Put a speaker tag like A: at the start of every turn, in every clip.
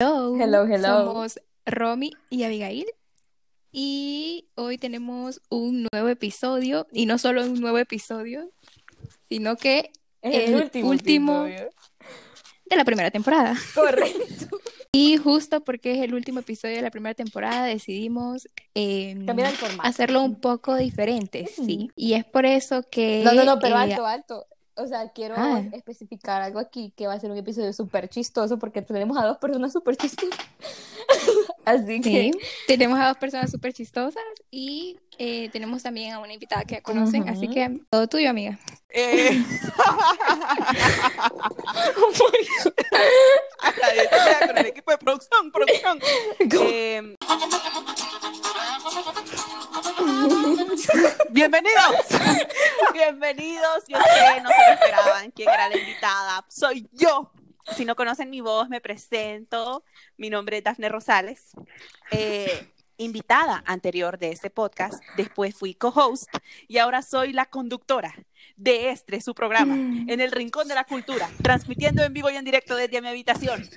A: Hello.
B: Hello, hello.
A: Somos Romy y Abigail. Y hoy tenemos un nuevo episodio. Y no solo un nuevo episodio, sino que
B: Es
A: el último-
B: episodio.
A: de la primera temporada.
B: Correcto.
A: Y justo porque es el último episodio de la primera temporada, decidimos eh,
B: Cambiar el formato.
A: hacerlo un poco diferente, sí. Y es por eso que.
B: Mm. No, no, no, pero
A: eh,
B: alto, alto. O sea, quiero
A: Ah.
B: especificar algo aquí que va a ser un episodio súper chistoso porque tenemos a dos personas súper chistosas. Así
A: Sí,
B: que
A: tenemos a dos personas súper chistosas y eh, tenemos también a una invitada que conocen,
B: Ujú.
A: así que todo tuyo, amiga.
C: Eh. A la de- espera, con el equipo de producción, producción. Eh, Bienvenidos. Bienvenidos. Yo sé, no se lo esperaban quién era la invitada. Soy yo. Si no conocen mi voz, me presento. Mi nombre es Dafne Rosales. Eh, invitada anterior de este podcast, después fui co-host y ahora soy la conductora de este, su programa, en el Rincón de la Cultura, transmitiendo en vivo y en directo desde mi habitación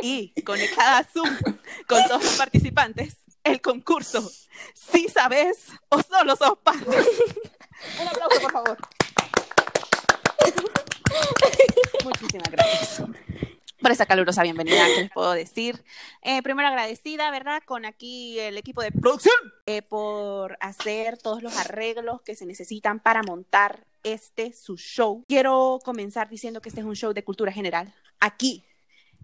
C: y conectada a Zoom con todos los participantes, el concurso, si sabes o solo sos parte. Un aplauso, por favor. Muchísimas gracias por esa calurosa bienvenida que les puedo decir. Eh, primero agradecida, ¿verdad? Con aquí el equipo de producción eh, por hacer todos los arreglos que se necesitan para montar este su show. Quiero comenzar diciendo que este es un show de cultura general. Aquí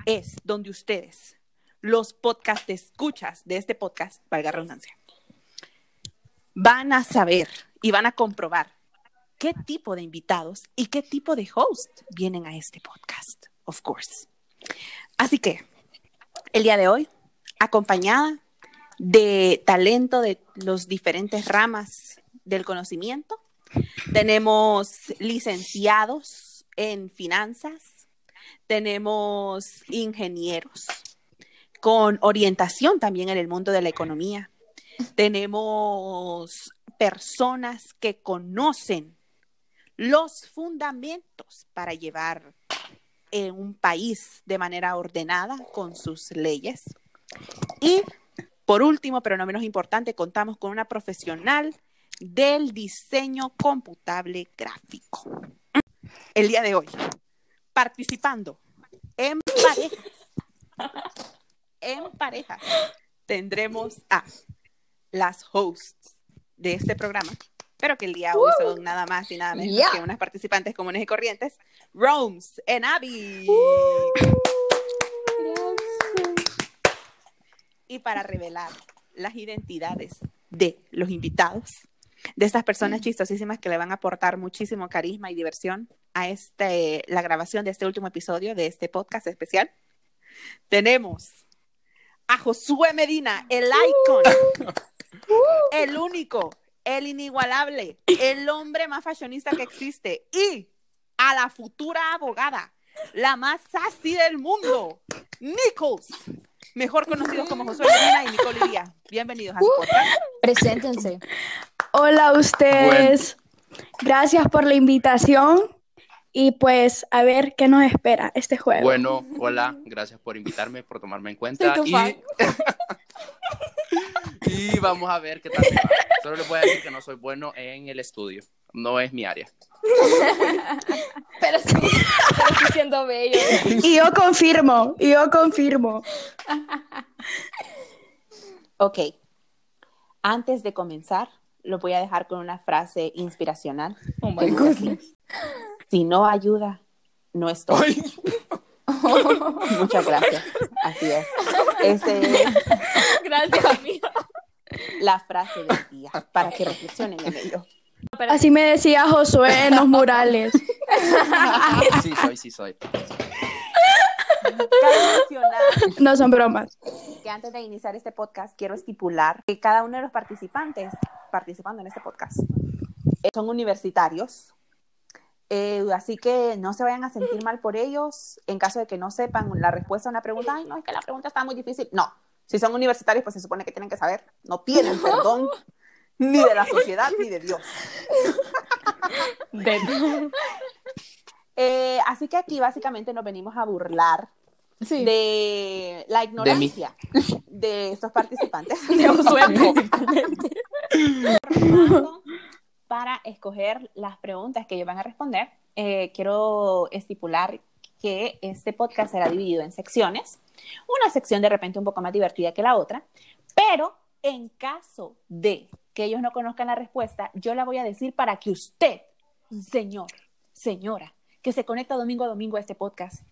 C: es donde ustedes, los podcast escuchas de este podcast, valga la redundancia, van a saber y van a comprobar qué tipo de invitados y qué tipo de host vienen a este podcast, of course. Así que, el día de hoy, acompañada de talento de los diferentes ramas del conocimiento. Tenemos licenciados en finanzas, tenemos ingenieros con orientación también en el mundo de la economía. Tenemos personas que conocen los fundamentos para llevar eh, un país de manera ordenada con sus leyes. Y por último, pero no menos importante, contamos con una profesional del diseño computable gráfico. El día de hoy, participando en parejas, en parejas, tendremos a las hosts de este programa, pero que el día de hoy son nada más y nada menos
B: Yeah.
C: que unas participantes comunes y corrientes, Roms en Abby. y para revelar las identidades de los invitados, de estas personas chistosísimas que le van a aportar muchísimo carisma y diversión a este, la grabación de este último episodio de este podcast especial. Tenemos a Josué Medina, el icon, Uh. el único, el inigualable, el hombre más fashionista que existe y a la futura abogada, la más sassy del mundo, Nichols, mejor conocido como Josué Medina y Nicole Iría. Bienvenidos a su podcast.
B: preséntense.
D: Hola a ustedes. Gracias por la invitación. Y pues a ver qué nos espera este juego.
E: Bueno, hola, gracias por invitarme, por tomarme en cuenta.
B: Soy tu
E: y...
B: fan.
E: y vamos a ver qué tal me va. Solo les voy a decir que no soy bueno en el estudio. No es mi área.
B: Pero sí, pero sí siendo bello.
D: Y yo confirmo, y yo confirmo.
C: Ok. Antes de comenzar, lo voy a dejar con una frase inspiracional.
B: Oh my God.
C: Si no ayuda, no estoy. Muchas gracias. Así es. Esa es
B: Gracias, amiga.
C: la frase del día para que reflexionen en ello.
D: Así me decía Josué en los murales.
E: Sí, soy, sí, soy.
C: Cabe mencionar
D: No son bromas.
C: que antes de iniciar este podcast quiero estipular que cada uno de los participantes participando en este podcast eh, son universitarios. Eh, así que no se vayan a sentir mal por ellos en caso de que no sepan la respuesta a una pregunta. Ay, no, es que la pregunta está muy difícil. No, si son universitarios, pues se supone que tienen que saber. No tienen perdón ni de la sociedad ni de Dios. Eh, así que aquí básicamente nos venimos a burlar
B: Sí.
C: de la ignorancia de, estos participantes
B: De Josué.
C: Formando para escoger las preguntas que ellos van a responder. eh, quiero estipular que este podcast será dividido en secciones, una sección de repente un poco más divertida que la otra, pero en caso de que ellos no conozcan la respuesta, yo la voy a decir para que usted, señor, señora, que se conecta domingo a domingo a este podcast,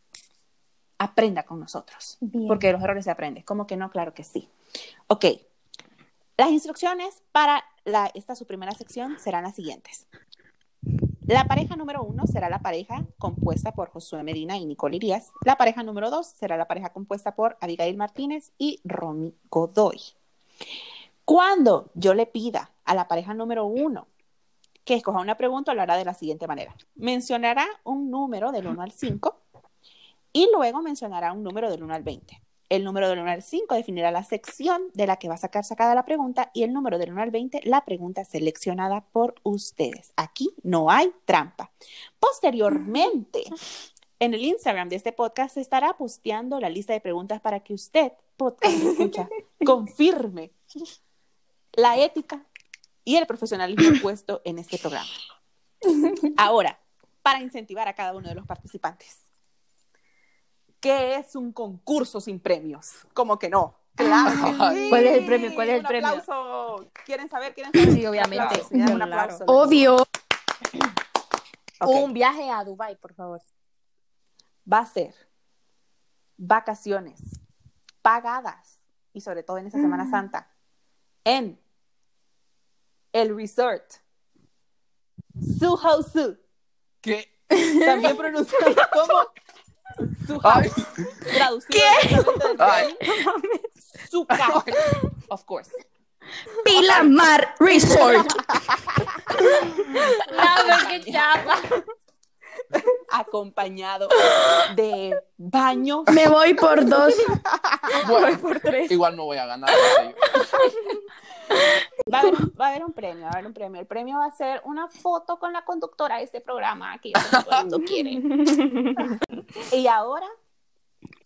C: aprenda con nosotros.
B: Bien.
C: Porque de los errores se aprende. ¿Cómo que no? Claro que sí. Ok. Las instrucciones para la, esta su primera sección serán las siguientes. La pareja número uno será la pareja compuesta por Josué Medina y Nicole Irías. La pareja número dos será la pareja compuesta por Abigail Martínez y Romy Godoy. Cuando yo le pida a la pareja número uno que escoja una pregunta, lo hará de la siguiente manera. Mencionará un número del 1 al 5 y luego mencionará un número del 1 al 20. El número del 1 al 5 definirá la sección de la que va a sacar sacada la pregunta y el número del 1 al 20 la pregunta seleccionada por ustedes. Aquí no hay trampa. Posteriormente, en el Instagram de este podcast se estará posteando la lista de preguntas para que usted, podcast escucha, confirme la ética y el profesionalismo puesto en este programa. Ahora, para incentivar a cada uno de los participantes, ¿Qué es un concurso sin premios? Como que no. Claro. que sí.
B: ¿Cuál es el premio? ¿Cuál es el
C: Un
B: premio?
C: aplauso. ¿Quieren saber? ¿Quieren saber?
B: Sí, obviamente.
C: Aplausos, se dan Un
B: Claro.
C: aplauso.
D: Obvio.
C: Ok,
B: Un viaje a Dubai, por favor.
C: Va a ser vacaciones pagadas y sobre todo en esta Semana
E: Mm.
C: Santa en el resort Suhosu,
E: ¿Qué?
C: también pronunciado como Su
E: Ay.
C: House, traducido directamente del
E: Ay.
C: latín, su casa, of course.
D: Pilamar Resort.
B: ¡Dame qué chapa!
C: acompañado de baño.
D: Me voy por dos.
E: Bueno,
B: Por tres.
E: igual no voy a ganar. no sé yo.
C: Va a, haber, va a haber un premio, va a haber un premio. El premio va a ser una foto con la conductora de este programa que cuando quieren. Y ahora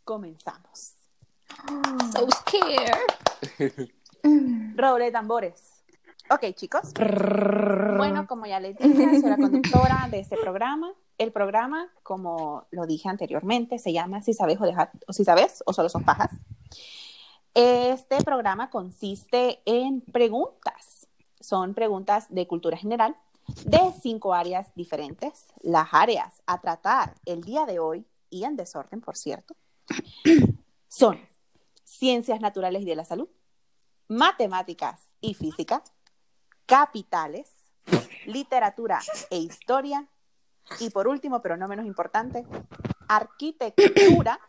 C: comenzamos.
A: So scared.
C: Roble de tambores. Ok, chicos. Bueno, como ya les dije, soy la conductora de este programa. El programa, como lo dije anteriormente, se llama Si sabes o, deja- o si sabes o solo son pajas. Este programa consiste en preguntas. Son preguntas de cultura general de cinco áreas diferentes. Las áreas a tratar el día de hoy y en desorden, por cierto, son ciencias naturales y de la salud, matemáticas y física, capitales, literatura e historia, y por último, pero no menos importante, arquitectura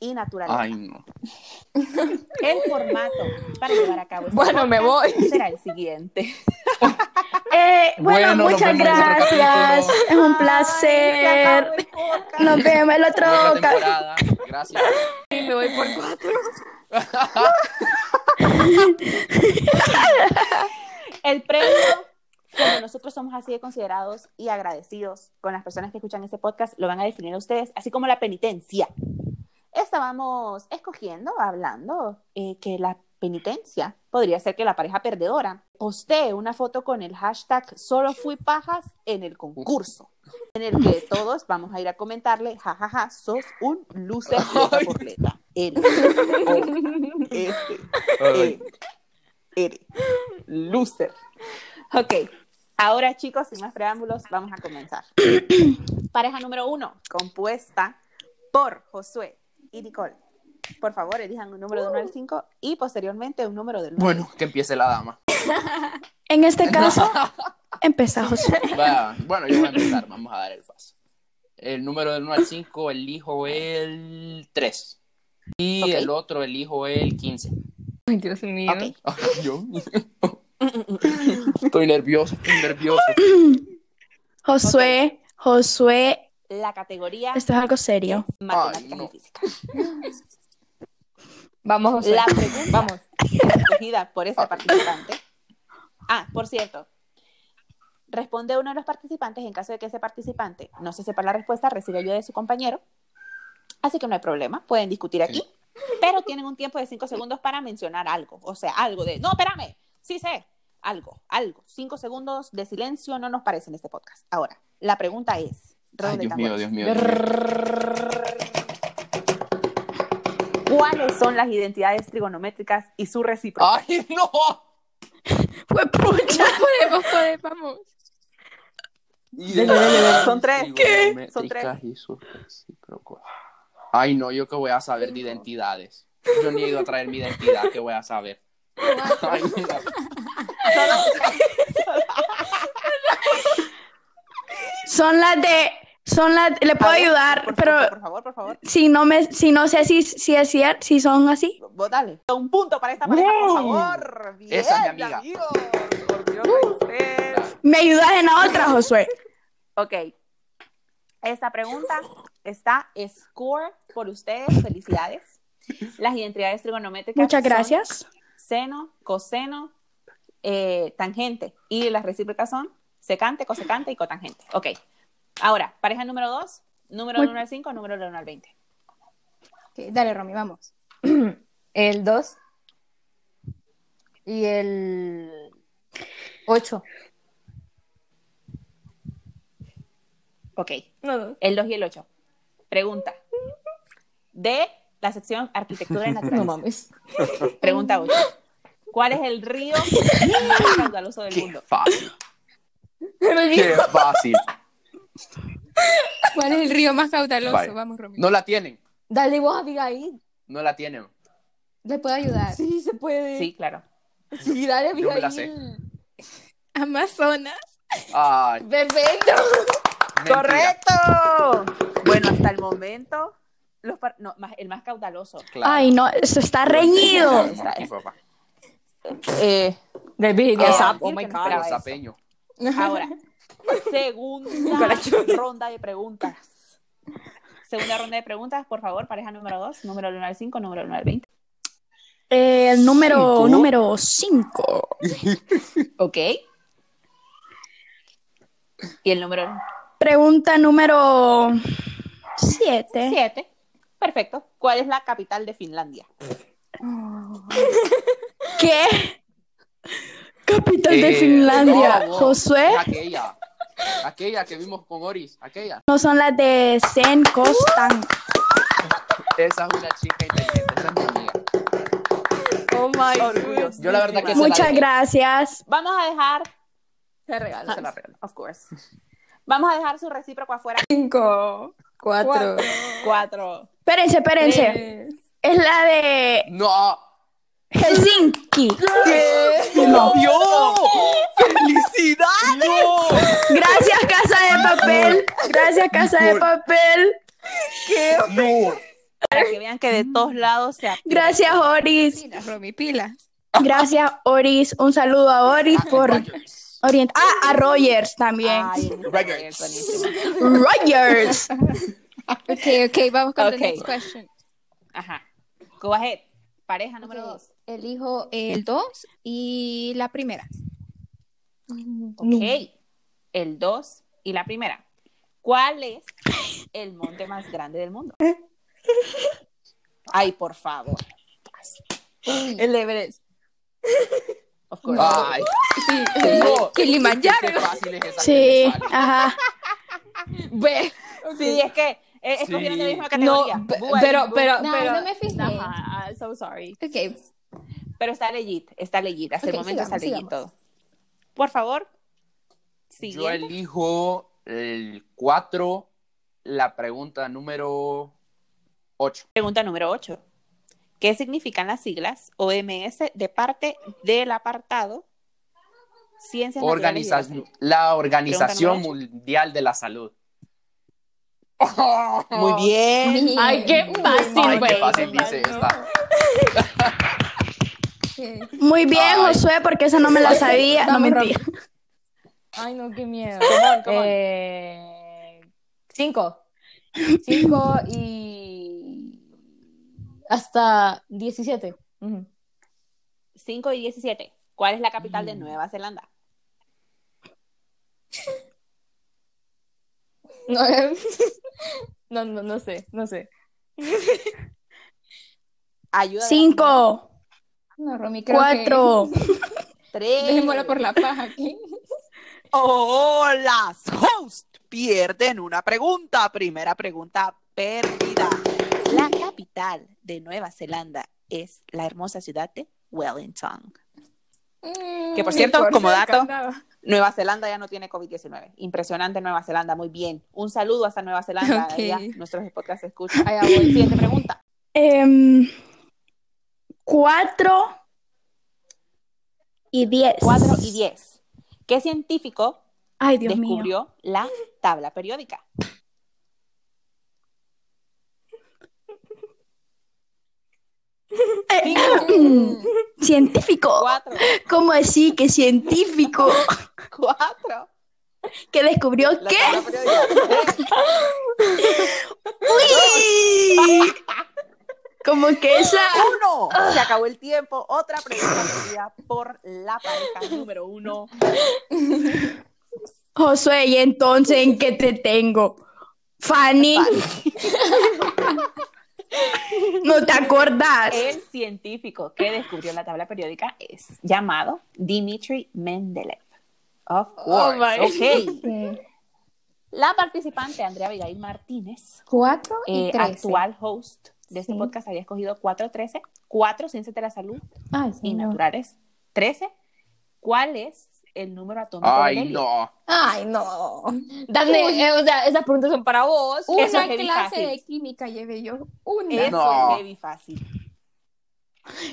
C: y naturaleza.
E: Ay, no.
C: El formato para llevar a cabo este
B: Bueno, me
C: podcast
B: voy.
C: será el siguiente.
D: Eh, bueno,
E: Bueno, nos
D: muchas
E: vemos en otro
D: gracias.
E: capítulo.
D: Es un
C: Ay,
D: placer.
C: se acabó el podcast.
D: Nos vemos el otro.
E: Buena
D: ca-
E: temporada. Gracias.
B: Y me voy por cuatro.
C: El premio, como nosotros somos así de considerados y agradecidos con las personas que escuchan este podcast, lo van a definir a ustedes, así como la penitencia. Estábamos escogiendo, hablando, eh, que la penitencia podría ser que la pareja perdedora postee una foto con el hashtag solo fui pajas en el concurso, en el que todos vamos a ir a comentarle, jajaja, sos un lucer de completa. este, L, O, S,
E: Ay.
C: Ere. Loser. Ok. Ahora, chicos, sin más preámbulos, vamos a comenzar. Pareja número uno, compuesta por Josué y Nicole. Por favor, elijan un número de 1 al 5 y posteriormente un número del 1.
E: Bueno, que empiece la dama.
D: En este caso, empezamos.
E: Va, bueno, yo voy a empezar. Vamos a dar el paso. El número del 1 al 5 elijo el 3. Y
C: Ok.
E: el otro elijo el 15.
B: Ay, Dios mío.
C: Ok.
E: Ay, yo. Estoy nervioso, estoy nervioso.
D: Josué, Josué,
C: La categoría
D: esto es algo serio.
C: matemáticas
E: no.
C: y física.
B: Vamos, José.
C: La pregunta
B: Vamos.
C: escogida por este participante. Ah, por cierto. Responde uno de los participantes, en caso de que ese participante no se sepa la respuesta, recibe ayuda de su compañero. Así que no hay problema, pueden discutir aquí, pero tienen un tiempo de cinco segundos para mencionar algo, o sea, algo de, no, espérame, sí sé, algo, algo. Cinco segundos de silencio no nos parece en este podcast. Ahora, la pregunta es,
E: Ay,
C: redoble
E: Dios mío,
C: tambores.
E: Dios mío. Dios mío.
C: ¿cuáles son las identidades trigonométricas y su recíproca?
E: ¡Ay, no!
D: Fue pucha.
A: Podemos, podemos, vamos.
C: Son tres.
E: ¿Qué?
C: Son tres.
E: Ay, no, yo que voy a saber de identidades. Yo ni he ido a traer mi identidad, que voy a saber. Ay, mira.
D: Son las de, son las, le puedo
C: A ver,
D: ayudar,
C: por,
D: pero
C: favor, Por favor, por favor.
D: si no me, si no sé si, si es cierto, si son así.
C: Vos dale. Un punto para esta pareja, por favor. Bien,
E: Esa es mi amiga.
C: amigos. Orgulloso de ustedes.
D: Me ayudas en la otra, Josué.
C: Ok. Esta pregunta está score por ustedes. Felicidades. Las identidades trigonométricas.
D: Muchas
C: son
D: gracias.
C: seno, coseno, eh, tangente. Y las recíprocas son secante, cosecante y cotangente. Ok. Ahora, pareja número 2, número del
D: Muy-
C: 1 al 5, número del 1 al 20.
B: Ok, dale, Romy, vamos. El 2 y el 8.
C: Ok.
B: No, no.
C: El 2 y el 8. Pregunta. De la sección Arquitectura y
B: No
C: Naturaleza.
B: mames.
C: Pregunta 8. ¿Cuál es el río más caudaloso del
E: ¡Qué
C: mundo?
E: fácil!
B: Pero el
E: ¡Qué
B: mío.
E: fácil!
A: ¿Cuál es el río más caudaloso?
E: Vaya.
A: Vamos, Romy.
E: No la tienen,
B: Dale vos, Abigail.
E: no la tienen.
A: ¿Le puedo ayudar?
B: Sí, se puede.
C: Sí, claro.
B: Sí, dale,
E: Yo me la sé.
B: Abigail.
A: Amazonas.
E: Ay,
B: Perfecto.
E: mentira.
C: ¡Correcto! Bueno, hasta el momento, los par- no, más- el más caudaloso.
E: Claro.
D: Ay, no, eso está reñido.
E: Estamos aquí, papá.
C: Eh,
B: Del
E: Ah,
B: Virginia Zap.
C: decir
B: Oh my
C: que no
B: god.
C: esperaba.
E: Los zapeños.
B: Eh,
C: Ahora, segunda ronda de preguntas. Segunda ronda de preguntas, por favor, pareja número 2, número del 1 al 5, número del 1 al 20.
D: Eh, número,
E: Cinco.
D: número 5.
C: Ok. Y el número
D: Pregunta número 7.
C: 7. Perfecto. ¿Cuál es la capital de Finlandia?
D: ¿Qué? Capital de
E: Eh,
D: Finlandia.
E: no, no.
D: Josué,
E: Es aquella. Aquella que vimos con Oris, aquella.
D: no son las de Zen
C: Uh,
D: Costan.
E: Esa es una chica inteligente, esa es mi amiga.
B: Oh my god.
C: Orgulloso.
E: Yo la verdad que se la
D: Muchas
E: dejé,
D: gracias.
C: Vamos a dejar,
B: Se regala.
E: se la regalo.
C: of course. Vamos a dejar su recíproco afuera.
A: 5, 4,
C: Cuatro.
D: Espérense,
C: Eh.
D: espérense. Es la de
E: No.
D: Helsinki.
E: ¡Sí ¡Lo vio! ¡Felicidades!
D: Gracias, Casa de Papel. Gracias, Casa de Papel.
E: ¡No!
C: Para que vean que de todos lados se activa.
D: Gracias, Oris.
A: Pilas, Romy, pilas.
D: Gracias, Oris. Un saludo a Oris por orientar. Ah, a Rogers también.
C: Ay,
E: Records.
C: buenísimo.
D: Rogers.
A: Ok, ok, vamos con
C: Ok.
A: the next question.
C: Ajá. Go ahead. Pareja número
A: Ok,
C: dos.
A: Elijo el 2 y la primera.
C: Ok. El dos y la primera. ¿Cuál es el monte más grande del mundo? Ay, por favor.
B: El Everest.
C: Of course.
E: ¡Ay!
A: Sí,
E: No. ¡Qué
A: Kilimanjaro.
E: fácil es esa!
D: Sí,
E: que me sale.
D: ajá.
B: Ve.
C: Sí, es que eh,
E: Sí.
C: escogieron de la misma
B: No,
C: categoría.
B: pe-
C: Boo, ahí,
B: pero,
C: boo.
B: pero,
A: No,
B: pero.
A: no me fijé.
B: Ajá, I'm so sorry.
A: Ok,
C: Pero está legit, está legit. Hasta el
A: Ok,
C: momento está
A: sigamos,
C: legit
A: sigamos.
C: todo. Por favor,
E: Yo
C: siguiente.
E: elijo el 4, la pregunta número 8.
C: Pregunta número 8. ¿Qué significan las siglas OMS de parte del apartado Ciencias Naturales y de la
E: Organiza- la Organización
C: Pregunta
E: Mundial de la Salud.
C: Salud? Muy bien. Oh,
B: Ay, qué
E: Ay,
B: fácil, pues.
E: qué
B: güey.
E: fácil dice esta.
A: ok.
D: Muy bien,
E: Ay.
D: Josué, porque esa no me la sabía. No mentira.
B: Ay, no, qué miedo. Eh, cinco. Cinco y hasta 17. Ujú.
C: 5 y 17. ¿Cuál es la capital de Nueva Zelanda?
B: No, eh, no, no, no sé, no sé.
C: Ayuda.
D: Cinco,
B: No, Romy, creo
D: cuatro,
B: que...
C: Tres.
B: Dejémoslo por la paja aquí.
C: Oh, las host pierden una pregunta. Primera pregunta perdida. La capital de Nueva Zelanda es la hermosa ciudad de Wellington.
B: Que
C: por cierto, como dato- Nueva Zelanda ya no tiene COVID-19. Impresionante Nueva Zelanda, muy bien. Un saludo hasta Nueva Zelanda.
A: Ok.
C: allá nuestros podcasts se escuchan.
B: Allá voy.
C: Siguiente pregunta.
D: em, cuatro y diez.
C: 4 y 10. ¿Qué científico
D: Ay, Dios mío.
C: descubrió la tabla periódica? Eh, Cinco,
D: Científico.
C: cuatro,
D: ¿Cómo así que científico
C: cuatro.
D: que descubrió
C: La
D: qué?
C: tabla periódica. Tres.
D: ¡Uy! Como que esa.
C: uno. Se acabó el tiempo. Otra pregunta perdida por la pareja número uno.
D: Josué, ¿y entonces en qué te tengo? Fanny. ¿No te acordás?
C: El científico que descubrió la tabla periódica es llamado Dimitri Mendeleev. Of course. Ok. La participante Andrea Abigail Martínez,
B: Cuatro y
C: eh,
B: tres.
C: actual host de este
B: Sí.
C: podcast, había escogido 413, 4 ciencias de la salud
B: Ay,
C: y
B: señor.
C: naturales. 13. ¿Cuál es el número atómico de
E: Ay,
C: helio?
E: no.
B: Ay, no. Dame, eh, o sea, esas preguntas son para vos.
C: Una
B: Eso es heavy
C: clase
B: fácil.
C: de
A: química llevé yo. Una.
C: Eso
E: No.
C: es heavy fácil.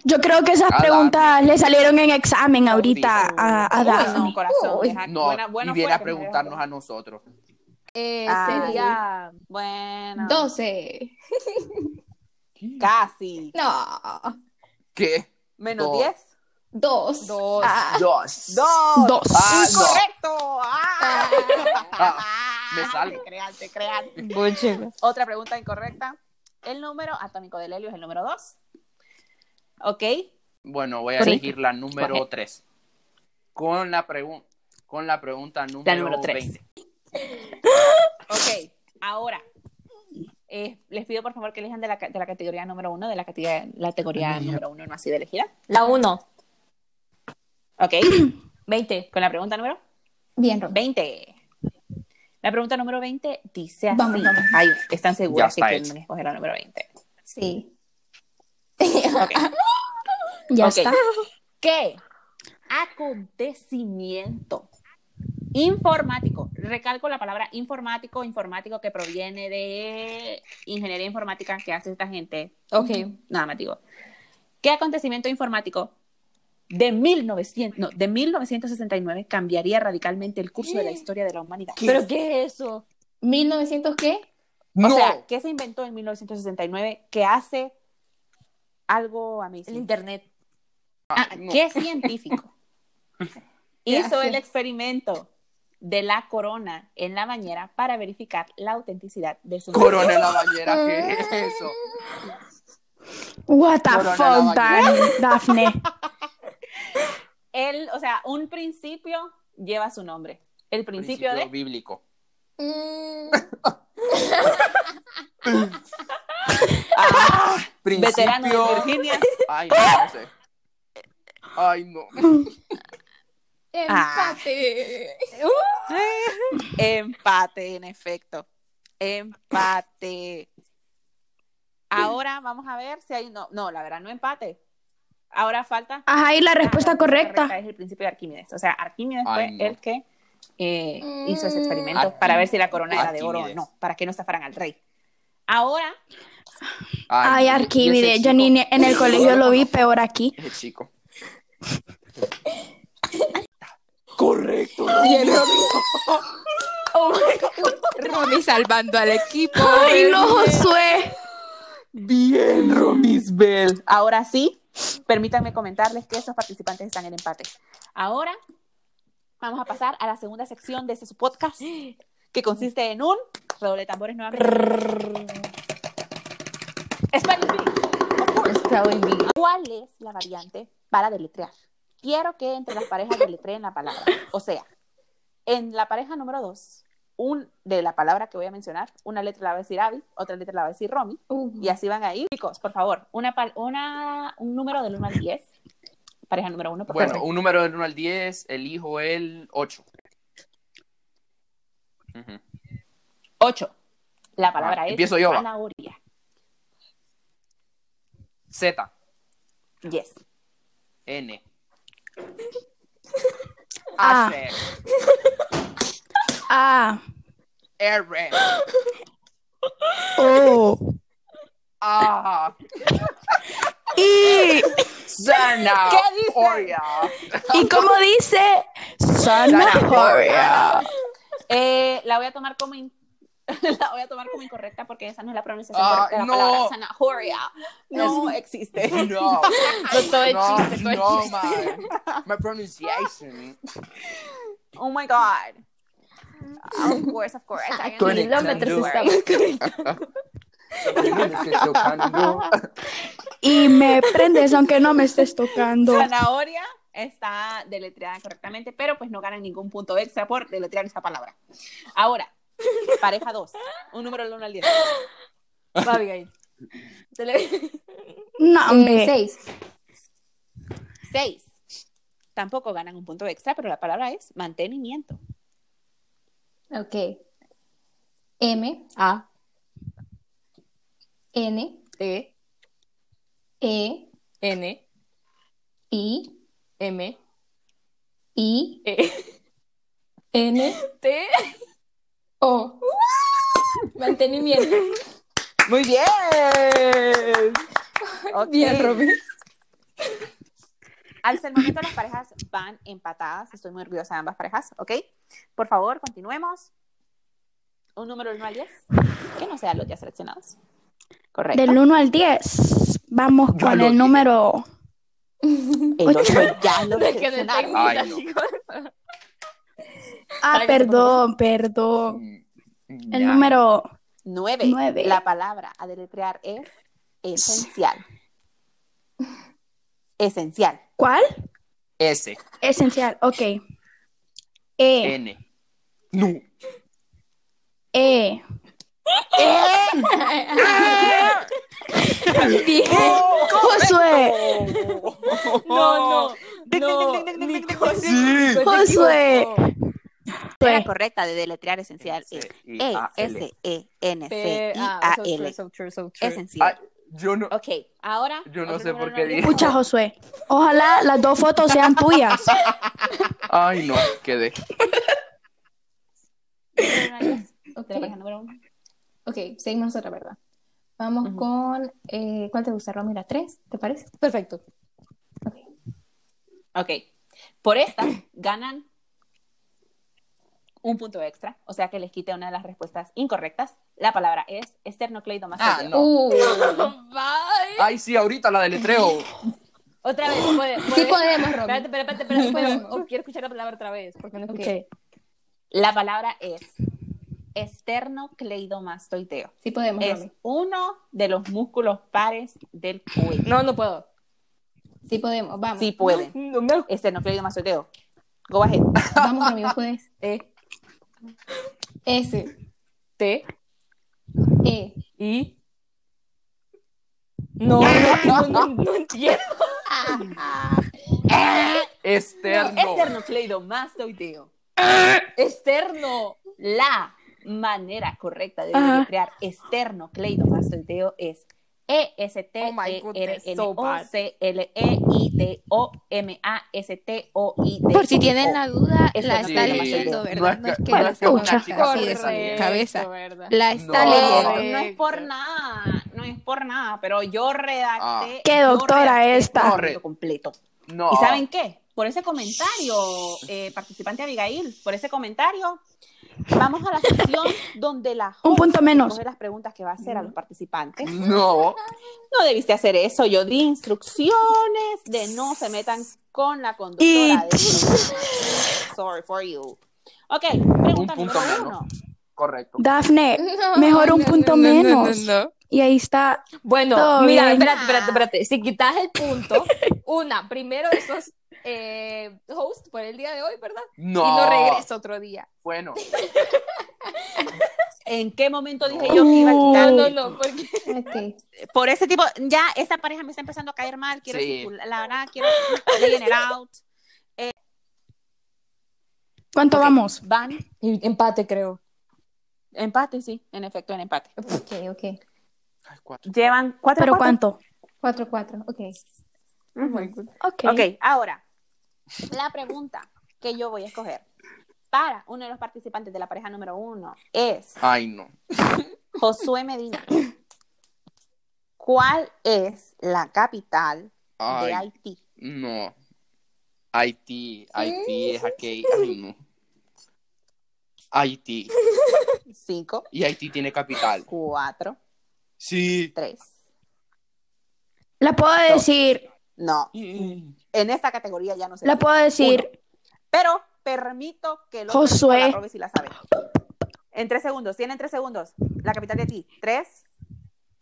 D: Yo creo que esas
E: Alarme.
D: preguntas le salieron en examen ahorita a, a
C: Uy,
D: Daphne.
C: no, corazón.
B: Uy.
C: deja-
E: No,
C: buena- bueno
E: y viene
C: fuera
E: a
C: que me dejaste.
E: preguntarnos a nosotros.
B: Eh,
C: Ah,
B: sería
C: ya. Bueno.
A: 12.
C: Casi.
A: No.
E: ¿Qué?
C: Menos
E: Dos.
C: 10.
A: Dos.
B: Dos.
A: Ah,
E: Dos.
C: Dos.
D: Dos.
E: Ah, no.
C: Correcto. Ah.
E: Ah, me salgo.
C: Te crean, te crean. Otra pregunta incorrecta. El número atómico del helio es el número 2. Ok.
E: Bueno, voy a
C: Sí.
E: elegir la número
C: Escoge.
E: 3. Con la pregunta con la pregunta número,
C: La número 3.
E: 20.
C: Ok. Ahora. eh, les pido por favor que elijan de la, ca- de la categoría número 1, de la categoría, la categoría número 1 no ha sido elegida.
B: la uno.
C: Ok.
B: 20.
C: Con la pregunta número
B: Bien, Romy.
C: 20. La pregunta número 20 dice así.
B: Vamos, vamos.
C: Ay, están seguras
E: Ya está
C: que
E: hecho.
C: quieren escoger la número 20.
B: Sí.
C: Ok.
D: Ya
C: Ok.
D: está.
C: ¿Qué acontecimiento informático? Recalco la palabra informático, informático que proviene de ingeniería informática que hace esta gente.
B: Ok.
C: Nada más digo. ¿Qué acontecimiento informático de, 1900, no, de 1969 cambiaría radicalmente el curso de la historia de la humanidad?
B: ¿Pero qué es eso?
A: ¿1900 qué?
E: No.
C: O sea, ¿qué se inventó en 1969 que hace algo a mí?
B: El internet.
E: Ah, no.
C: ¿Qué científico hizo
A: Gracias.
C: el experimento de la corona en la bañera para verificar la autenticidad de su
E: Corona en la bañera, ¿qué es eso?
D: What the
E: Corona
D: fuck,
E: la
D: Dan- Daphne.
C: Él, o sea, un principio lleva su nombre. El principio, de
E: bíblico.
C: Ah,
E: Principio...
C: veterano de Virginia.
E: Ay, no, no sé. Ay, no.
A: Empate.
C: Ah. Empate, en efecto. Empate. Ahora vamos a ver si hay. No, no, la verdad, no empate. Ahora falta.
D: Ajá, y la respuesta
C: Ah, la respuesta
D: correcta.
C: Es el principio de Arquímedes. O sea, Arquímedes
E: Ay,
C: fue
E: no.
C: el que eh, hizo ese experimento
E: Arquímedes.
C: para ver si la corona era de oro o
E: Arquímedes.
C: no, para que no estafaran al rey. Ahora,
D: Ay,
E: no. Y
D: Arquívide,
E: ese
D: yo
E: chico,
D: ni ni- en el colegio lo vi peor aquí.
E: Ese chico.
A: Romy salvando al equipo.
D: Ay, no, Josué.
C: bien, Romis Bell. Ahora sí, permítanme comentarles que esos participantes están en empate. Ahora vamos a pasar a la segunda sección de este su podcast, que consiste en un redoble de tambores nuevamente. Spelling Bee. ¿Cuál es la variante para deletrear? Quiero que entre las parejas deletreen la palabra. O sea, En la pareja número dos, un, de la palabra que voy a mencionar, una letra la va a decir Abby, otra letra la va a decir Romy, y así van ahí. Chicos, por favor, una, pal- una, un número del 1 al 10. Pareja número uno, por
E: Bueno,
C: favor.
E: un número del 1 al 10, elijo el 8.
C: Ocho. La palabra
E: Ah,
C: es
E: empiezo yo, va.
C: zanahoria.
E: Z,
C: Yes.
E: N.
B: Ah.
D: A.
E: H,
D: A.
E: R,
D: O.
E: A,
D: I.
E: Sana,
C: ¿Qué dice?
E: Oria.
D: ¿Y cómo dice? Zanahoria.
C: Eh, la voy a tomar como in- la voy a tomar como incorrecta porque esa no es la pronunciación
E: Ah,
C: correcta de la
E: no.
C: palabra zanahoria. No existe.
E: No,
B: todo es
E: no,
B: chiste, todo es
E: no,
B: chiste.
E: man. My pronunciation.
C: Oh my god. Of course, of course.
B: Ah,
C: I am-
E: Con el
B: Kilómetros
E: candor.
B: estamos correctos.
D: Y me prendes aunque no me estés tocando.
C: Zanahoria está deletreada correctamente, pero pues no ganan ningún punto extra por deletrear esa palabra. Ahora, pareja 2. Un número del 1 al 10.
B: Va, Abigail. Se le-
D: No,
B: Eh,
D: hombre.
B: seis.
C: 6. Tampoco ganan un punto extra, pero la palabra es mantenimiento.
B: Ok. M,
C: A,
B: N,
C: T,
B: E,
C: N,
B: I,
C: M,
B: I,
C: E,
B: N,
C: T.
B: O. Mantenimiento.
C: Muy bien. Ok.
B: Bien, Robin.
C: Hasta el momento las parejas van empatadas. Estoy muy orgullosa de ambas parejas, ¿ok? Por favor, continuemos. Un número del 1 al 10. Que no sean los ya seleccionados. Correcto.
D: Del 1 al 10. Vamos
E: Ya
D: con
E: lo
D: el
E: dije.
D: número.
C: El ocho ya lo
B: Es que no
C: seleccionaron.
B: tengo
E: Ay,
B: idea,
E: no.
B: chicos.
D: Ah,
B: Para que se
D: perdón, Ah, perdón. El número.
C: 9.
D: Nueve.
C: La palabra a deletrear es esencial. Esencial.
D: ¿Cuál?
E: S,
D: Esencial. Ok. E.
E: N. No.
D: E.
B: Bien.
D: Josué.
B: Oh. No, no. No,
E: Sí.
D: Josué.
C: La
D: Josué.
C: correcta de deletrear esencial es
D: E
E: E,
C: E
E: S.
C: E-S-E-N-C-I-A-L. Esencial.
E: Ay, yo no.
C: Ok, ahora.
E: Yo no
C: otro
E: sé
C: número
E: por qué
C: del
E: dije.
D: Escucha, Josué. Ojalá las dos fotos sean tuyas.
E: Ay, no, quedé.
C: número del diez.
B: Ok,
C: De la pareja número uno.
B: ok, seguimos otra, ¿verdad? Vamos
C: Ujú.
B: con. eh, ¿Cuál te gusta, Romy? ¿La 3? ¿Te parece? Perfecto.
C: Ok. Por esta ganan un punto extra, o sea que les quite una de las respuestas incorrectas. La palabra es
E: Ah,
C: esternocleidomastoideo.
E: no. Ay, sí, ahorita la deletreo.
F: Otra vez, puede, puede.
B: Sí podemos, Romy.
F: Espérate, espérate, espérate, espérate, espérate. O quiero escuchar la palabra otra vez, porque no
B: Ok.
F: escuché.
C: La palabra es esternocleidomastoideo.
B: Sí podemos,
C: Es
B: Romy.
C: uno de los músculos pares del cuello.
F: No, no puedo.
B: Sí podemos. Vamos.
C: Sí pueden.
F: No, no.
C: Esternocleidomastoideo. Go ahead.
B: Vamos, Romy, vos puedes.
F: E,
B: S,
F: T,
B: E.
F: I. No, no, no, no, no entiendo.
E: Externo.
C: Esternocleidomastoideo.
F: Externo.
C: La manera correcta de
D: Ajá.
C: deletrear esternocleidomastoideo es e s t
F: Oh my
C: e r
F: goodness,
C: n
F: so
C: o
F: bad.
C: c l e i d o m a s t o i d
A: Por si tienen la duda,
C: Esa
A: la
C: no
A: está
E: Sí,
A: leyendo,
E: no es
A: ¿verdad?
E: que-
A: No es que
E: no
A: la
E: es que una
A: saca
E: chica
A: así de
E: Correcto,
A: su cabeza.
F: ¿verdad?
A: La está
E: No.
A: leyendo.
C: no es por nada, no es por nada, pero yo redacté.
D: Qué
C: yo
D: doctora
C: redacté
D: esta.
C: el documento completo.
E: No.
C: ¿Y saben qué? Por ese comentario, eh, participante Abigail, por ese comentario, vamos a la sección donde la
D: Un
C: host
D: punto menos.
C: escoge las preguntas que va a hacer a los participantes.
E: No.
C: No debiste hacer eso, yo di instrucciones de no se metan con la conductora.
D: Y-
C: de- Sorry for you. Ok, pregunta
E: Un punto
C: número
E: menos.
C: uno.
E: Correcto.
D: Dafne.
A: No,
D: Mejor un
A: no,
D: punto
A: no, no,
D: menos.
A: no, no.
D: Y ahí está.
F: Bueno,
D: Todo bien. Ah.
F: mira, espérate, espérate, espérate. Si quitas el punto, una, primero esos eh, host por el día de hoy, ¿verdad?
E: No.
F: Y no regreso otro día.
E: Bueno,
C: ¿En qué momento dije yo que iba a
F: No,
C: quitar?
F: no, no, porque
B: Ok.
C: Por ese tipo, ya esta pareja me está empezando a caer mal. Quiero
E: Sí.
C: circular, la verdad, quiero lay it out.
D: ¿Cuánto
C: Ok.
D: vamos?
C: Van,
F: empate, creo.
C: empate, sí, en efecto, en empate.
B: Ok, ok.
E: Ay, cuatro.
C: Llevan cuatro.
D: ¿Pero
C: cuatro.
D: cuánto?
B: 4-4. Ok.
D: Ok.
C: ok, ahora, la pregunta que yo voy a escoger para uno de los participantes de la pareja número uno es
E: Ay, no.
C: Josué Medina. ¿Cuál es la capital de
E: Ay,
C: Haití?
E: no. Haití, Haití es aquel. Ay, no. Haití.
C: Cinco,
E: Y Haití tiene capital.
C: cuatro,
E: Sí.
C: tres.
D: La puedo decir,
C: No, en esta categoría ya no se
D: la
C: dice.
D: puedo decir.
C: Pero permito que el otro
D: Josué.
C: chico la robe si la sabe. En tres segundos, tienen tres segundos. La capital de Haití. Tres,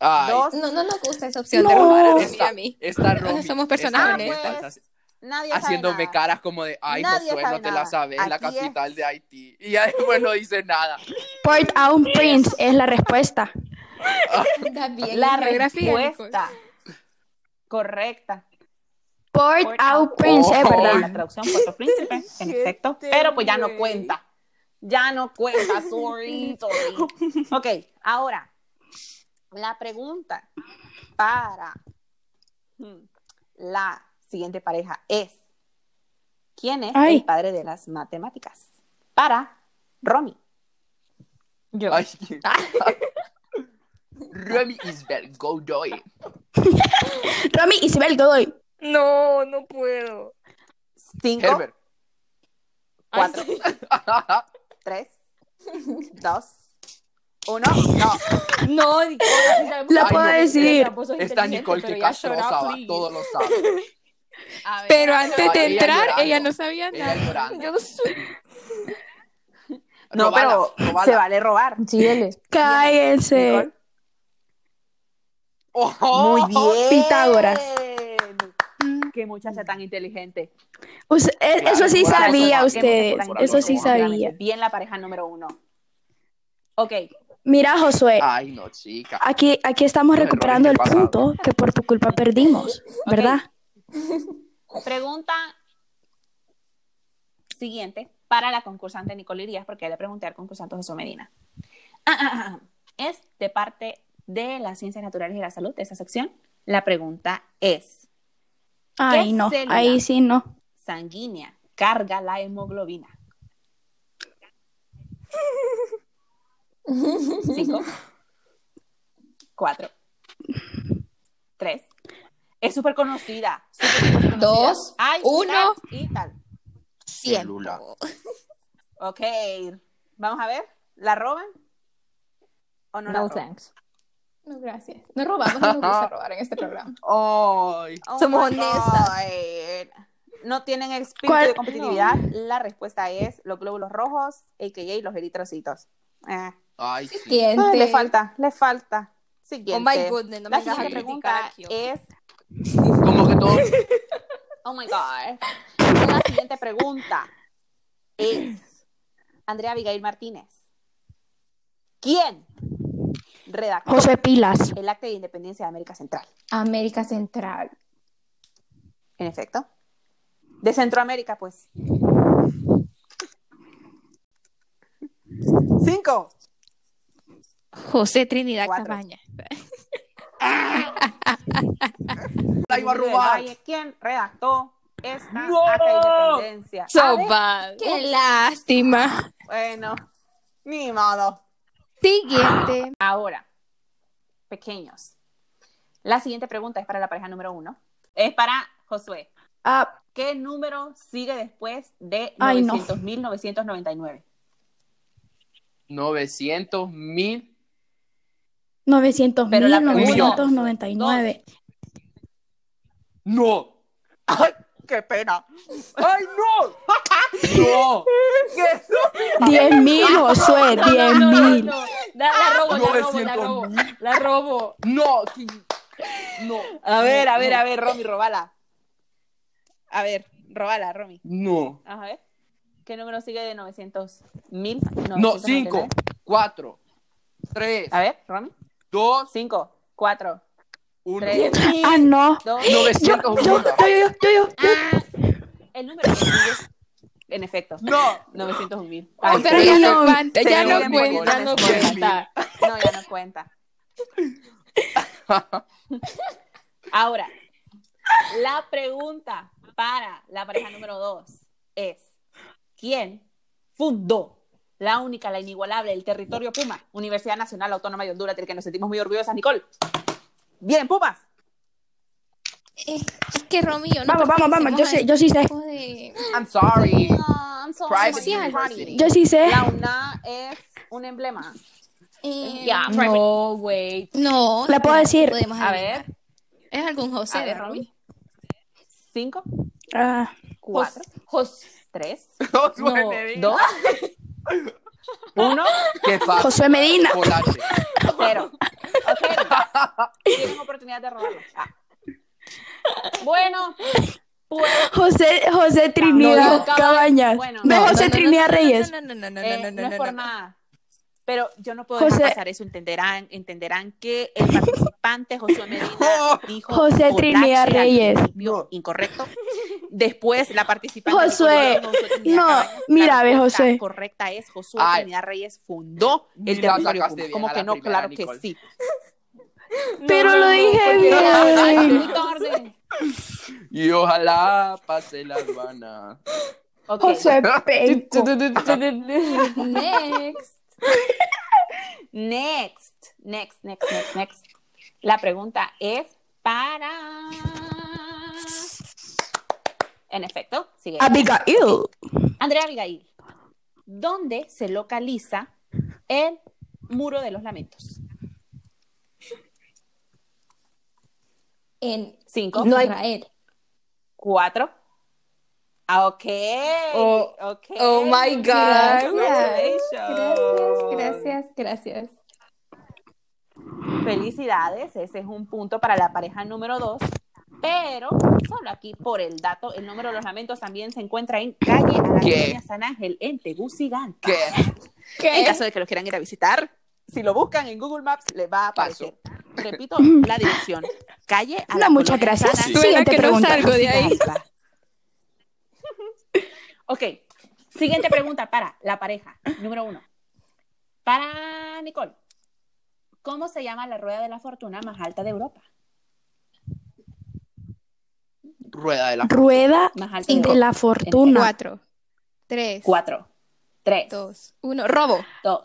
E: Ay,
C: dos.
B: No, no nos gusta esa opción de
D: No.
B: robar a mí,
E: Está-
B: a mí.
E: Está
A: No
E: Romy,
A: somos
E: está
A: personas
E: Romy,
C: honestas.
E: estás
C: Nadie Ah, pues, sabe
E: haciéndome
C: nada.
E: caras como de, ay,
C: Nadie
E: Josué,
C: sabe
E: no te
C: nada.
E: la sabes, es la
C: Aquí es.
E: capital de Haití. Y ya después no dice nada.
D: Port au Prince es la respuesta.
B: Está bien.
C: La
A: Geografía,
C: respuesta correcta.
D: Port
C: Port au-
D: au Prince, es
E: Oh.
C: Perdón,
D: verdad.
C: la traducción Puerto Príncipe, en efecto. Pero pues ya no cuenta. Ya no cuenta, sorry, sorry. Ok, ahora, la pregunta para hmm, la siguiente pareja es, ¿quién es
D: Ay.
C: el padre de las matemáticas? Para Romy.
F: Yo.
E: Ay, qué- Romy Isbel Godoy.
D: Romy Isabel Godoy.
F: No, no puedo.
C: Cinco,
E: Herbert.
C: cuatro, tres, dos, uno. No,
F: No, Nicole, sí sabemos
D: La
F: que
D: puedo
F: eres
D: decir.
F: tramposo, es
E: Está
F: inteligente,
E: Nicole
F: pero
E: que
F: ya shut up,
E: castrosa, va,
F: please.
E: todo lo sabe.
F: A ver.
A: Pero antes de
E: ella
A: entrar,
E: llorando.
A: ella no sabía
E: Ella
A: nada.
E: llorando.
A: Yo no sé.
C: no
E: Robala,
C: pero
E: robala.
C: se vale robar.
F: Sí, dele.
D: Cállense.
E: Oh,
D: Pitágoras.
F: Mm.
C: Qué muchacha tan inteligente.
D: Us- e-
E: Claro,
D: eso sí
E: por algo
D: sabía
E: somos-
D: ustedes.
E: hemos
D: Eso sí
E: incorporado
D: sabía.
C: Bien la pareja número uno. Ok,
D: Mira, Josué,
E: Ay, no, chica.
D: aquí, aquí estamos
E: Errores
D: recuperando el
E: del pasado.
D: punto que por tu culpa perdimos, ¿verdad?
C: pregunta siguiente para la concursante Nicole Irías, porque ya le pregunté al concursante José Medina. Ah, ah, ah. Es de parte de las ciencias naturales y la salud, de esa sección. La pregunta es,
D: Ay, no,
C: célula?
D: ahí sí no.
C: sanguínea, carga la hemoglobina. Cinco. Cuatro. Tres. Es súper conocida. súper, súper conocida.
B: Dos,
C: Ay,
A: uno.
C: tal y tal.
E: Célula.
C: Ok. Vamos a ver. ¿La roban? ¿O no, la
F: No
C: roban?
F: thanks.
B: No, gracias. No robamos, no nos gusta robar en este programa.
E: Ay.
C: Oh
B: Somos
C: my
B: honestas.
C: God. No tienen espíritu
D: ¿Cuál?
C: de competitividad. La respuesta es los glóbulos rojos, a.k.a. los eritrocitos. Eh.
E: Ay, sí.
B: Siguiente.
C: Ay, le falta, le falta.
B: Este, Oh
C: Siguiente.
B: my goodness, no me
C: la
B: hagas
C: siguiente
B: criticar
C: pregunta
B: aquí. oh.
C: es,
E: Como que todo.
C: oh my god. La siguiente pregunta es Andrea Abigail Martínez. ¿Quién redactó
D: José Pilas.
C: el Acta de Independencia de América Central?
B: América Central.
C: En efecto. De Centroamérica, pues. Cinco.
A: José Trinidad
C: Cuatro.
A: Cabaña.
E: La iba a robar.
C: Valle, ¿Quién redactó esta
E: ¡No!
C: Acta de Independencia? A ver,
A: Soba. Qué lástima.
C: Bueno, ni modo.
A: Siguiente.
C: Ahora, pequeños. La siguiente pregunta es para la pareja número uno. Es para Josué.
D: Ah,
C: ¿Qué número sigue después de
D: Ay, no.
C: 900.999?
E: 900 mil.
D: 900
C: Pero la
E: pregunta-
D: 999.
E: No. Ay, qué pena. Ay, no. No.
D: 10 mil, Josué, 10
F: No, no,
D: mil.
F: no. La,
C: Ah,
F: la robo, la robo, la
E: 900
F: robo. La robo.
E: No. que- No.
C: A ver, a ver,
E: no.
C: a ver, Romy, robala. A ver, Róbala, Romy.
E: No.
C: A ver. ¿Qué número sigue de 900? ¿Mil?
E: No, 5, 4, 3,
C: A ver, Romy.
E: 2,
C: Cinco, cuatro,
E: 1.
C: tres,
D: Ah, no.
C: dos.
D: Yo,
E: 900
D: yo, yo, yo, yo, yo.
C: Ah, el número que sigue, en efecto,
E: No.
C: 901 mil.
A: Ay, Oh, pero
D: sí,
A: ya
D: Oh, no,
A: no cuenta,
C: se
A: ya
C: ve
A: no
C: bien
A: cuenta.
C: bonito.
F: Ya no cuenta.
C: No, ya no cuenta. Ahora, la pregunta para la pareja número dos es: ¿Quién fundó la única, la inigualable, el territorio Puma, Universidad Nacional Autónoma de Honduras, del que nos sentimos muy orgullosas, Nicole? Bien, Pumas.
A: Es, es que Romy, yo no
D: Vamos, vamos, vamos. Yo
A: pertenecemos
D: sé,
A: a
D: yo sí sé.
A: ese tipo de-
E: I'm sorry.
C: Ah, I'm so
E: Private
C: sorry.
E: University.
D: Yo sí sé.
C: La UNA es un emblema.
A: eh,
C: Ya, private.
F: No, wait.
A: No.
D: Le puedo
A: no
D: decir.
A: podemos
C: A
A: adivinar.
C: ver,
A: Es algún José,
C: A ver,
A: ¿verdad, Romy?
C: cinco,
D: Ah,
C: cuatro,
F: Jos-
C: tres,
E: Dos,
F: No,
C: dos, uno,
E: Qué fácil.
D: Josué Medina.
E: Colache.
C: cero. Ok. Tienen oportunidad de robarlo. Ah. Bueno, pues.
D: José, José Trinidad
C: no, Cabañas.
D: Cabañas.
C: Bueno,
D: Ve,
C: no,
A: No,
D: José
A: no, no,
D: Trinidad
A: no, no,
D: Reyes.
A: No, no, no, no,
C: Eh,
A: no,
C: no
A: no,
C: es
A: no,
C: por
A: no.
C: nada. Pero yo no puedo dejar
D: José-
C: pasar eso. Entenderán, entenderán que el participante José Medina dijo
D: José
C: con H
D: Trinidad
C: al
D: Reyes.
C: principio, Incorrecto. Después la participante
D: Josué,
C: dijo, José Trinidad
D: no,
C: Cabañas. La
D: mira, ve,
C: respuesta
D: José.
C: correcta es Josué
E: Ay.
C: Trinidad Reyes fundó el
E: Ni la
C: territorio
E: sacaste
C: Puma.
E: bien
C: ¿Cómo
E: a
C: que
E: la
C: no?
E: primera,
C: Claro que
E: Nicole.
C: sí.
D: Pero lo dije
F: porque-
D: bien.
F: Ay,
C: Muy
F: muy
C: tarde.
E: Y ojalá pase la aduana.
F: Ok.
D: José Penco.
F: Next.
C: Next, next, next, next, next. La pregunta es para. En efecto, sigue.
D: Ah. Abigail.
C: Andrea Abigail, ¿dónde se localiza el muro de los lamentos?
B: En
C: Cinco,
B: no hay...
C: cuatro. Ah, ok.
F: Oh,
C: ok.
F: oh my God.
C: Congratulations.
B: Gracias, gracias.
C: Felicidades, ese es un punto para la pareja número dos. Pero solo aquí por el dato, el número de los lamentos también se encuentra en calle a la
E: ¿Qué?
C: colonia San Ángel, en Tegucigalpa.
E: ¿Qué?
C: En caso de que los quieran ir a visitar, si lo buscan en Google Maps, les va a
E: Paso.
C: aparecer. Repito, la dirección. Calle a la
D: No, muchas
C: colonia
D: gracias.
C: San Ángel,
A: Suena
D: Siguiente
A: que no
D: pregunta.
A: salgo de ahí.
C: Tegucigalpa. Ok, siguiente pregunta para la pareja, número uno. Para Nicole, ¿cómo se llama la rueda de la fortuna más alta de Europa?
E: Rueda de la.
D: Rueda
C: Más alta de
D: de
C: Europa.
D: la fortuna.
A: Cuatro, tres,
C: Cuatro, tres, dos.
A: dos, uno. Robo.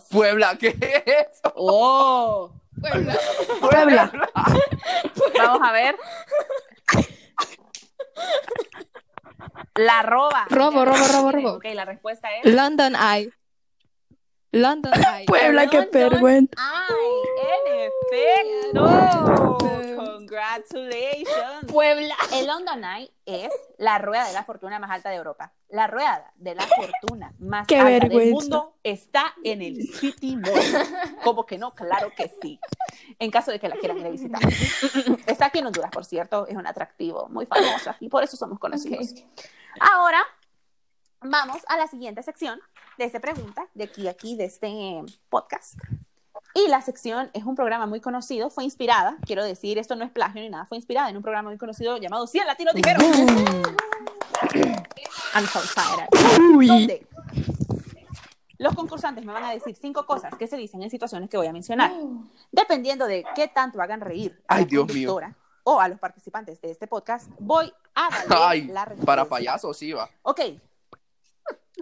E: Puebla, ¿qué es?
C: ¡Oh!
A: Puebla.
D: Puebla.
C: Vamos a ver. La roba.
A: Robo, robo, robo, robo.
C: Ok, la respuesta es.
A: London Eye. London Eye.
D: Puebla, qué
C: London.
D: vergüenza.
C: ¡Ay! ¡En efecto! ¡Congratulations!
F: Puebla.
C: El London Eye es la rueda de la fortuna más alta de Europa. La rueda de la fortuna más
D: Qué
C: alta del
D: vergüenza.
C: mundo está en el City Mall. ¿Cómo que no? Claro que sí. En caso de que la quieran ir a visitar. Está aquí en Honduras, por cierto. Es un atractivo muy famoso y por eso somos conocidos. Ahora vamos a la siguiente sección de Se Pregunta, de aquí a aquí, de este podcast. Y la sección es un programa muy conocido, fue inspirada, quiero decir, esto no es plagio ni nada, fue inspirada en un programa muy conocido llamado 100 Latinos Dijeron. I'm so tired.
D: Uy.
C: ¿Dónde? Los concursantes me van a decir cinco cosas que se dicen en situaciones que voy a mencionar. Dependiendo de qué tanto hagan reír a
E: Ay,
C: la
E: Dios mío.
C: conductora o a los participantes de este podcast, voy a valer
E: Ay,
C: la
E: para
C: respuesta.
E: payasos, sí va.
C: Ok.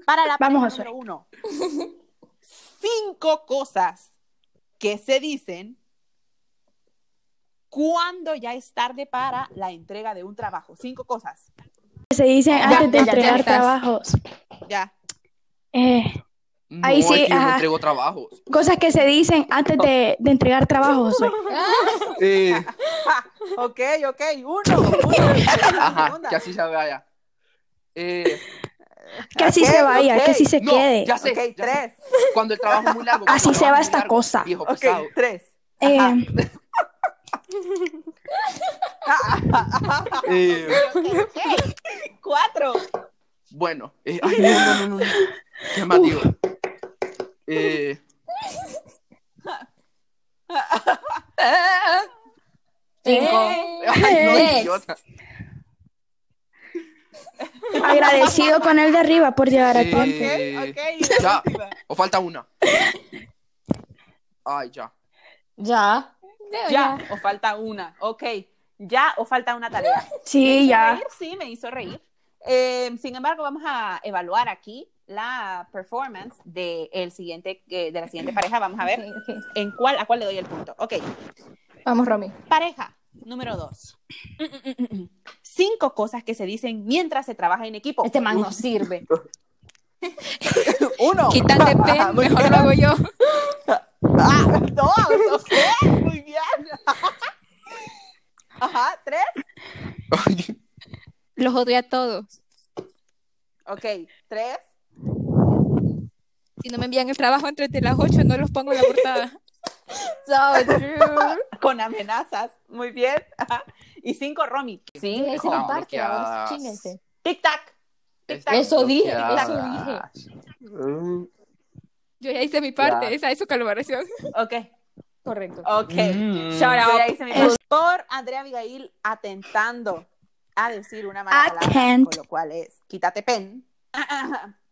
C: Para la
D: Vamos,
C: pregunta número
D: Josué.
C: uno. Cinco cosas que se dicen cuando ya es tarde para la entrega de un trabajo. Cinco cosas.
D: Se dicen antes de
A: ya, ya
D: entregar
A: estás.
D: trabajos.
C: Ya.
D: Eh,
E: No,
D: Ahí sí,
E: es que yo no
D: ajá.
E: entrego trabajos.
D: cosas que se dicen antes de, de entregar trabajos. Josué.
E: Eh,
C: Ja, ok, ok. Uno. uno.
E: ajá,
C: Segunda.
E: que así se vaya. Eh,
D: Que así
C: Ok,
D: se vaya,
C: ok.
D: que así se
E: no,
D: quede.
E: ya sé,
C: Ok,
E: ya sé.
C: tres.
E: Cuando el trabajo es muy largo.
D: Así
E: cuando
D: se
E: el
D: va
E: trabajo es muy
D: esta
E: largo,
D: cosa.
E: Viejo
C: Ok,
E: pesado.
C: tres.
D: Eh,
C: Ajá.
E: Eh, Eh,
C: Ok, ok. Cuatro.
E: Bueno, eh, ay, no, no, no, no. ¿Qué más digo? Eh,
C: Eh,
B: Cinco.
E: ay, no,
B: Tres.
E: idiota.
D: Agradecido con el de arriba por llegar a tiempo.
E: Eh,
C: Ok, ok, y
E: Ya.
C: la última.
E: O falta una. Ay, ya.
B: Ya.
C: Ya, o falta una. Ok, ya, o falta una tarea. Me
D: Sí,
C: hizo
D: ya.
C: reír, sí, me hizo reír. Eh, sin embargo, vamos a evaluar aquí la performance de, el siguiente, eh, de la siguiente pareja. Vamos a ver
B: Ok, ok.
C: en cuál, a cuál le doy el punto. Ok,
B: Vamos, Romy.
C: pareja número dos. Mm, mm, mm, mm. Cinco cosas que se dicen mientras se trabaja en equipo.
B: Este man no sirve.
C: Uno.
A: Quítate pen, mejor lo hago yo.
C: Ah, dos. Ok, muy bien. Ajá, tres.
E: Ay,
A: Los odio a todos.
C: Ok, tres.
A: Si no me envían el trabajo antes de las 8, no los pongo en la portada.
B: So true.
C: Con amenazas. Muy bien. Ajá. Y cinco, Romy.
B: Déjense en
E: no,
B: parte,
E: bloqueadas.
B: vamos, chínense.
C: Tic-tac. Tic-tac.
B: Eso dije, eso
E: bloqueadas. Mm,
A: Yo ya hice mi parte,
E: Ya.
A: esa es su caloración.
C: Ok,
B: Correcto.
C: ok.
E: mm.
C: Yo ya hice mi parte. Por Andrea Abigail atentando a decir una mala palabra,
D: Attent.
C: con lo cual es quítate pen.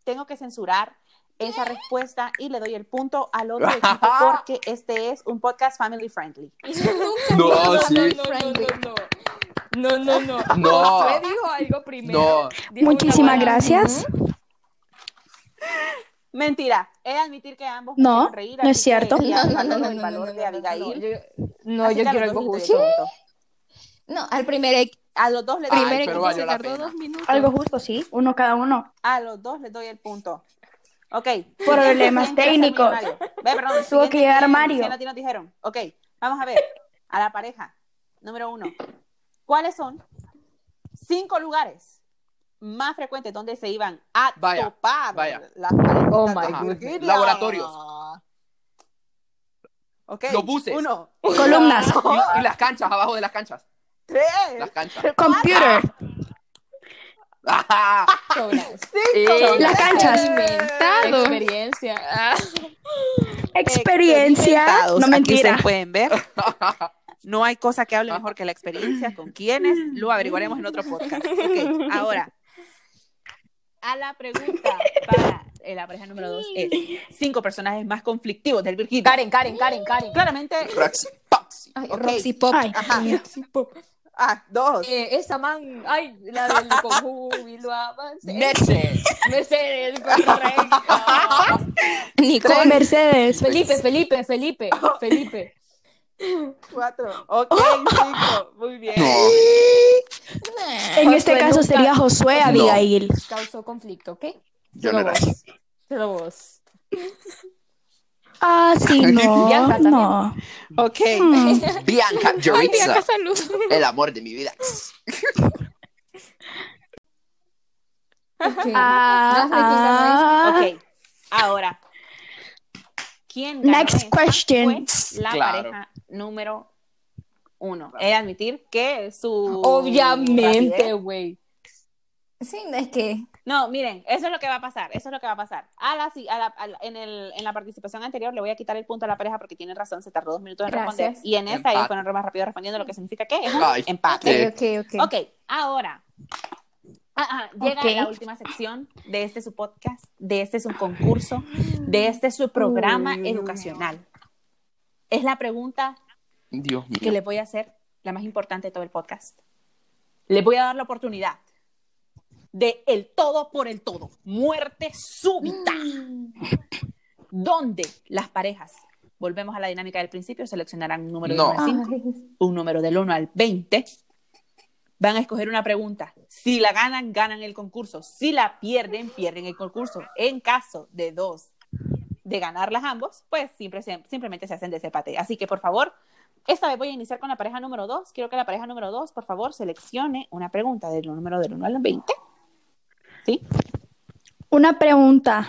C: Tengo que censurar esa respuesta y le doy el punto al otro equipo porque este es un podcast family friendly.
E: No, sí.
F: No, no, no, no, no. no.
E: No.
F: Josué dijo algo primero.
E: No,
F: Dijo una
D: Muchísimas
F: buena-
D: gracias.
C: Mentira, he de admitir que ambos
D: No,
C: hicieron reír,
D: no
C: así
D: es cierto.
C: que ya
B: No, no, no,
C: valoro
B: no,
C: el
B: no,
C: valor
B: no,
C: de
B: no,
C: Abigail.
F: No, yo, no,
C: Así
F: yo
C: que a
F: quiero
C: los
F: algo
C: dos les
F: justo.
C: doy el punto.
B: No, al primer equipo.
C: A los dos les
B: Ah,
C: doy el
A: Primero
E: pero
A: equipo
E: valió
A: se
E: la
A: tardó
E: pena.
A: dos minutos.
D: Algo justo, sí. Uno cada uno.
C: A los dos les doy el punto. Ok. ¿Quién
D: Problemas
C: quiere ser
D: técnicos.
C: millonario? Ve, perdón,
D: Tuvo
C: siguiente
D: que llegar
C: quién,
D: Mario.
C: Luciana, a ti nos dijeron. Ok, vamos a ver. A la pareja. Número uno. ¿Cuáles son cinco lugares más frecuentes donde se iban a
E: Vaya,
C: topar
E: vaya.
C: las parejas?
F: Oh, my
C: Ajá.
E: goodness. Laboratorios.
C: Ok.
E: Los buses.
C: Uno.
D: Columnas.
E: Y, y las canchas, abajo de las canchas.
C: Tres.
E: Las canchas.
D: Computer.
E: Ajá.
F: Sobras.
E: Eh,
D: Las canchas.
A: Inventado.
F: Experiencia. Ah.
D: Experiencia. No mentira.
C: Aquí se pueden ver. No hay cosa que hable mejor que la experiencia con quienes. Lo averiguaremos en otro podcast. Ok, ahora. A la pregunta para eh, la pareja número dos es cinco personajes más conflictivos del Virgilio.
F: Karen, Karen, Karen, Karen.
C: Claramente,
E: Roxy Poxy.
F: Ay,
C: Ok.
A: Roxy Pop.
D: Ay,
C: ajá.
D: Dios mío.
C: Ah, dos.
F: Eh, esa man, ay, la del con júbilo avance.
E: Mercedes.
F: Mercedes, correcto.
A: Nicole.
D: Mercedes.
F: Felipe, Felipe, Felipe, Felipe.
C: Cuatro. Ok, cinco. Muy bien.
D: En este
F: Josué
D: caso
F: nunca-
D: sería Josué
F: No.
D: Abigail.
F: Causó conflicto, ¿ok?
E: Yo no era.
F: vos. Solo vos.
D: Ah, sí, no.
F: Bianca también.
D: No.
C: Ok.
D: Mm.
A: Ay,
E: Bianca
A: mira, acá
E: Yoritza.
A: salud.
E: El amor de mi vida.
F: Ok.
D: Ah, ah.
C: Ok, ahora. ¿Quién ganó
D: Next
C: esta?
D: question.
C: Fue la
E: Claro.
C: pareja número uno. He de admitir que su...
F: Obviamente,
C: rapidez-
F: güey.
B: Sí, es que.
C: No, miren, eso es lo que va a pasar, eso es lo que va a pasar. A la, si- a la- a la- en, el- en la participación anterior le voy a quitar el punto a la pareja porque tiene razón, se tardó dos minutos en
B: Gracias.
C: responder. Y en esta ellos
E: Empate.
C: fueron más rápido respondiendo, lo que significa que es un
E: Ay.
C: empate.
E: Eh.
B: Ok, ok, ok.
C: Ok, ahora. Ah, ah, llega
D: Ok.
C: la última sección de este su podcast, de este su concurso, de este su programa educacional. Es la pregunta
E: Dios
C: que
E: mío.
C: le voy a hacer, la más importante de todo el podcast. Le voy a dar la oportunidad de el todo por el todo, muerte súbita, donde las parejas, volvemos a la dinámica del principio, seleccionarán un número de
E: No.
C: uno al cinco un número del 1 al 20, van a escoger una pregunta. Si la ganan, ganan el concurso. Si la pierden, pierden el concurso. En caso de dos de ganarlas ambos, pues simple- sim- simplemente se hacen desempate. Así que, por favor, esta vez voy a iniciar con la pareja número 2. Quiero que la pareja número 2, por favor, seleccione una pregunta del número del 1 al 20.
D: Una pregunta.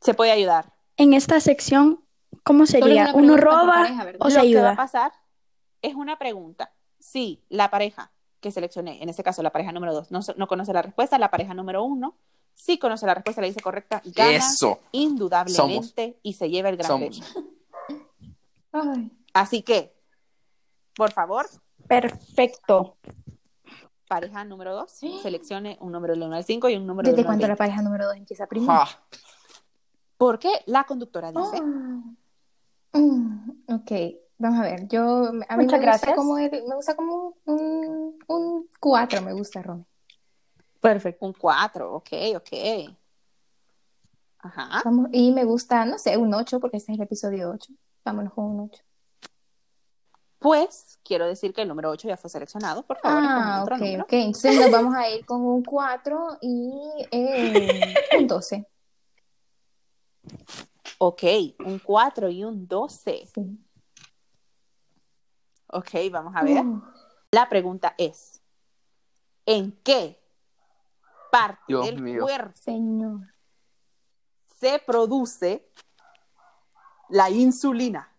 C: Se puede ayudar.
D: En esta sección, ¿cómo sería?
B: Solo es una
D: ¿Uno
B: pregunta por
D: roba
B: pareja, ¿verdad?
D: o
C: lo que
D: se
C: va a
D: ayuda?
C: pasar es una pregunta. Si la pareja que seleccioné, en este caso la pareja número dos, no, so- no conoce la respuesta, la pareja número uno sí conoce la respuesta, la dice correcta, gana
E: Eso.
C: indudablemente y se lleva el gran
E: Somos.
C: premio. Así que, por favor,
D: Perfecto.
C: pareja número dos, seleccione un número del 1 al 5 y un número del
B: ¿Desde
C: 1 al
B: cuándo
C: 20.
B: la pareja número 2 empieza primero?
E: Ja.
C: Porque la conductora dice,
B: Oh, Ah. Mm, ok, vamos a ver. Yo, a mí
F: Muchas
B: me gusta
F: gracias.
B: como, el- me gusta como un, un 4, me gusta, Romy.
C: perfecto, un 4, ok, ok. Ajá.
B: Vamos, y me gusta, no sé, un 8, porque este es el episodio 8. Vámonos con un 8.
C: Pues quiero decir que el número 8 ya fue seleccionado, por favor. y ponme
B: Ah,
C: otro
B: ok,
C: número.
B: ok. Entonces nos vamos a ir con un 4 y eh, un 12.
C: Ok, un 4 y un 12.
B: Sí.
C: Ok, vamos a ver. La pregunta es, ¿en qué parte
E: Dios
C: del
E: mío.
C: cuerpo
B: Señor.
C: se produce la insulina?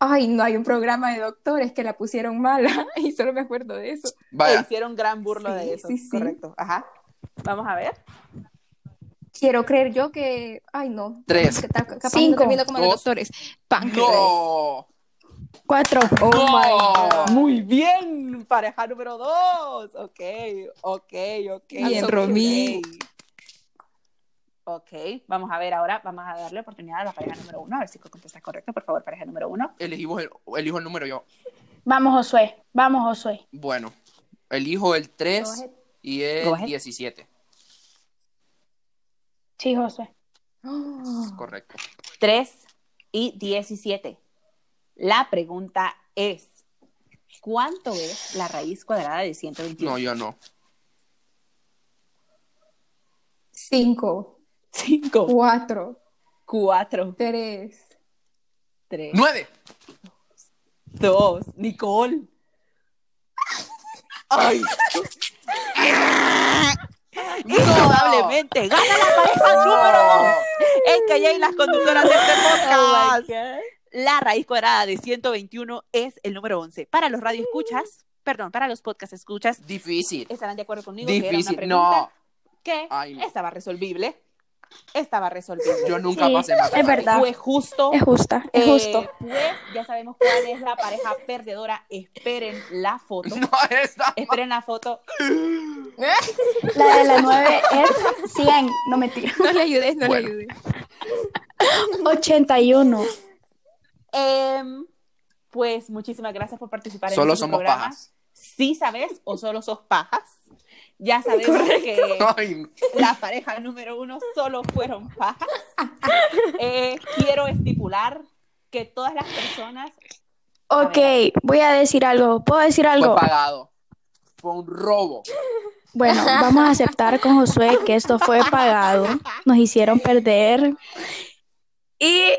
B: Ay, no hay un programa de doctores que la pusieron mala y solo me acuerdo de eso.
C: Le
E: Vaya,
C: hicieron gran burla
B: Sí,
C: de eso,
B: sí, sí.
C: correcto. Ajá. Vamos a ver.
B: Quiero creer yo que, ay, no.
E: tres.
B: Que tal- capaz
D: Cinco.
B: no termino como
A: Como
B: los
A: los
B: doctores.
A: doctores. Páncreas.
E: ¡No!
D: Cuatro.
B: Oh
E: ¡No!
B: my God.
C: Muy bien, pareja número 2. Ok, ok, ok.
A: Bien,
C: ok.
A: Romí.
C: Ok, vamos a ver ahora, vamos a darle oportunidad a la pareja número 1, a ver si contestas correcto, por favor, pareja número 1.
E: Elegimos el, elijo el número yo.
D: Vamos, Josué. Vamos, Josué.
E: Bueno, elijo el 3 y
C: Go
E: el
C: ahead.
E: 17.
D: Sí, Josué.
E: Correcto.
C: 3 y 17. La pregunta es, ¿cuánto es la raíz cuadrada de 121?
E: No, yo no.
B: Cinco,
C: 5,
B: cuatro,
C: 4,
B: tres.
C: 3,
E: ¡Nueve!
C: 2, Nicole. Ay. Indudablemente, gana la pareja número 2. Es que ya hay las conductoras de este
D: Oh
C: podcast. La raíz cuadrada de 121 es el número 11. Para los radioescuchas,
D: Mm.
C: perdón, para los podcast escuchas,
E: Difícil.
C: estarán de acuerdo conmigo que era una
E: Difícil.
C: pregunta
E: No.
C: que
E: Ay, no.
C: estaba resolvible. Estaba resolvible.
E: Yo nunca
D: Sí,
E: pasé nada.
D: es verdad.
C: Fue justo.
D: Es justa, es
C: Eh,
D: justo.
C: Pues ya sabemos cuál es la pareja perdedora. Esperen la foto.
E: No, esa.
C: Esperen la foto.
D: La de la 9 es 100, no mentira.
A: No le ayudes, no
E: Bueno.
A: le ayudes.
D: 81.
C: Em, pues muchísimas gracias por participar en
E: Solo
C: este
E: somos
C: programa.
E: pajas.
C: Sí sabes o solo sos pajas. Ya sabemos que
E: Ay, no.
C: la pareja número uno solo fueron pajas. Eh, quiero estipular que todas las personas
D: Ok, voy a decir algo. ¿Puedo decir
E: fue
D: algo?
E: pagado. Fue un robo.
D: Bueno, vamos a aceptar con Josué que esto fue pagado. Nos hicieron perder. Y,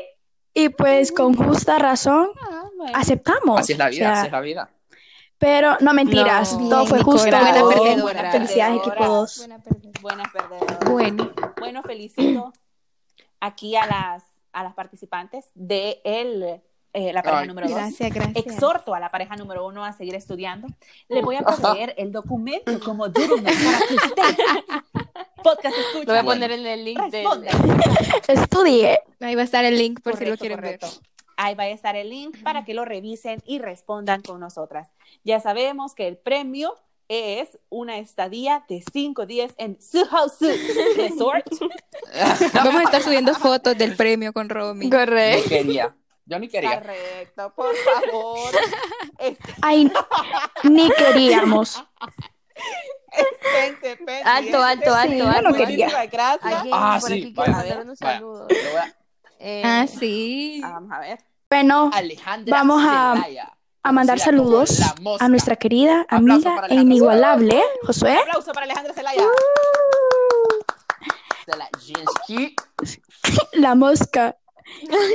D: y pues con justa razón
C: ah,
D: aceptamos.
E: Así es la vida,
D: O sea,
E: así es la vida.
D: Pero no mentiras,
B: No.
D: todo fue
A: Bien,
D: justo.
A: Nicole, buena
D: Oh,
A: perdedora.
D: Felicidades,
C: perdedora.
D: equipo 2.
B: Buena perdida.
C: Buenas perdedoras.
A: Bueno,
C: Bueno, felicito aquí a las, a las participantes de el, eh, la pareja
E: Ay.
C: número dos.
A: gracias, gracias.
C: Exhorto a la pareja número uno a seguir estudiando. Le voy a poner el documento como documento para que usted podcast
F: Lo voy
C: escucha.
F: a poner en el link de
C: Responda.
D: Estudié.
A: Ahí va a estar el link por si lo
C: Correcto,
A: quieren
C: correcto. Ahí va a estar el link para que lo revisen y respondan con nosotras. Ya sabemos que el premio es una estadía de cinco días en Suhosu Resort.
A: ver. Vamos a estar subiendo fotos del premio con Romy.
E: Yo
F: Correcto.
E: quería. Yo ni quería.
C: Correcto, por favor.
D: Ay, ni queríamos.
C: Esténse pendientes.
F: Alto, alto,
D: Sí,
F: alto,
D: yo no
F: alto.
D: quería.
C: Muchísimas gracias.
F: Alguien
E: Ah,
F: por
E: sí,
F: aquí
E: vaya,
F: quiere mandar unos
E: vaya.
F: saludos.
E: Yo voy a-
F: Eh,
A: Ah, sí.
C: Ah, vamos a ver.
D: Bueno,
E: Alejandra
D: Vamos a-
E: Zelaya,
D: a mandar
E: conocida como
D: saludos
E: La Mosca.
D: a nuestra querida
E: Aplauso
D: amiga
E: para
D: e
E: Alejandra.
D: inigualable, Josué.
C: Un aplauso para Alejandra Zelaya.
E: de la Jinsky.
D: la mosca.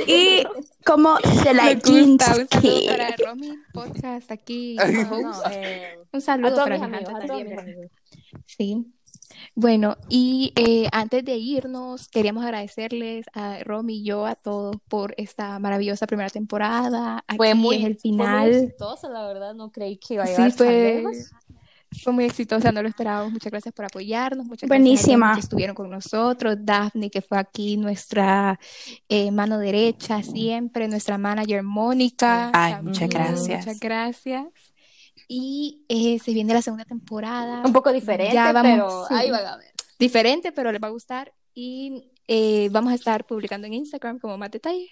D: Y como se la
A: Me gusta. Un saludo
D: Jinsky.
A: para Romy Podcast aquí.
E: Ay,
A: co-host.
F: no, eh,
A: Un
F: a
A: saludo
F: todos
A: para
F: mis
A: Alejandra
F: amigos, a todos
A: también,
F: mis
A: ¿verdad?
F: amigos.
A: Sí. Bueno, y eh, antes de irnos, queríamos agradecerles a Romy y yo, a todos, por esta maravillosa primera temporada. Aquí
F: Fue muy,
A: es el
F: Fue muy
A: final.
F: exitoso, la verdad, no creí que iba a
A: Sí,
F: llegar tan
A: fue-
F: lejos.
A: Fue muy exitosa, no lo esperábamos. Muchas gracias por apoyarnos. Muchas gracias a
D: Buenísima.
A: todos los que estuvieron con nosotros. Daphne, que fue aquí nuestra eh, mano derecha siempre, nuestra manager Mónica.
C: Ay, muchas
A: también,
C: gracias.
A: Muchas gracias. Y eh, se viene la segunda temporada.
B: Un poco diferente,
A: Ya vamos,
B: pero
A: sí.
B: ahí van a ver.
A: Diferente, pero les va a gustar. Y eh, vamos a estar publicando en Instagram como más detalles.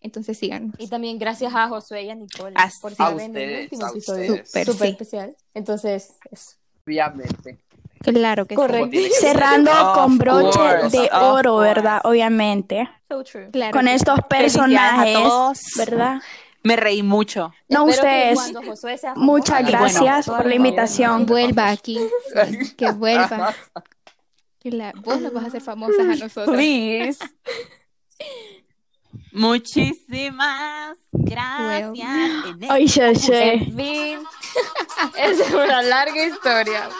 A: Entonces sigan.
B: Y también gracias a Josué y a Nicole
C: A-
B: por
E: a
B: ser en el
E: ustedes,
B: último
E: a
B: episodio.
E: ustedes.
A: Súper.
B: Súper
A: Sí.
B: especial. Entonces, eso.
E: Obviamente.
A: Claro que sí.
B: Correcto.
E: Como tiene que ser.
D: Cerrando
C: Of
D: con broche
E: course,
D: de
C: of
D: oro,
C: course.
D: ¿verdad? Obviamente.
B: So true.
A: Claro
D: Con
A: que
D: estos
C: Felicidades a
D: personajes,
C: todos.
D: ¿verdad?
C: Me reí mucho.
B: Espero
D: No
B: que
D: ustedes.
B: cuando Josué sea famoso,
D: Muchas
C: Y bueno,
D: gracias por la
B: bueno,
D: invitación.
A: Vuelva aquí. Que vuelva. Que la- vos nos vas a hacer famosas a nosotros.
C: Please. Muchísimas gracias.
A: Well.
C: En este
D: Ay, sí, sí.
B: En fin, es una larga historia.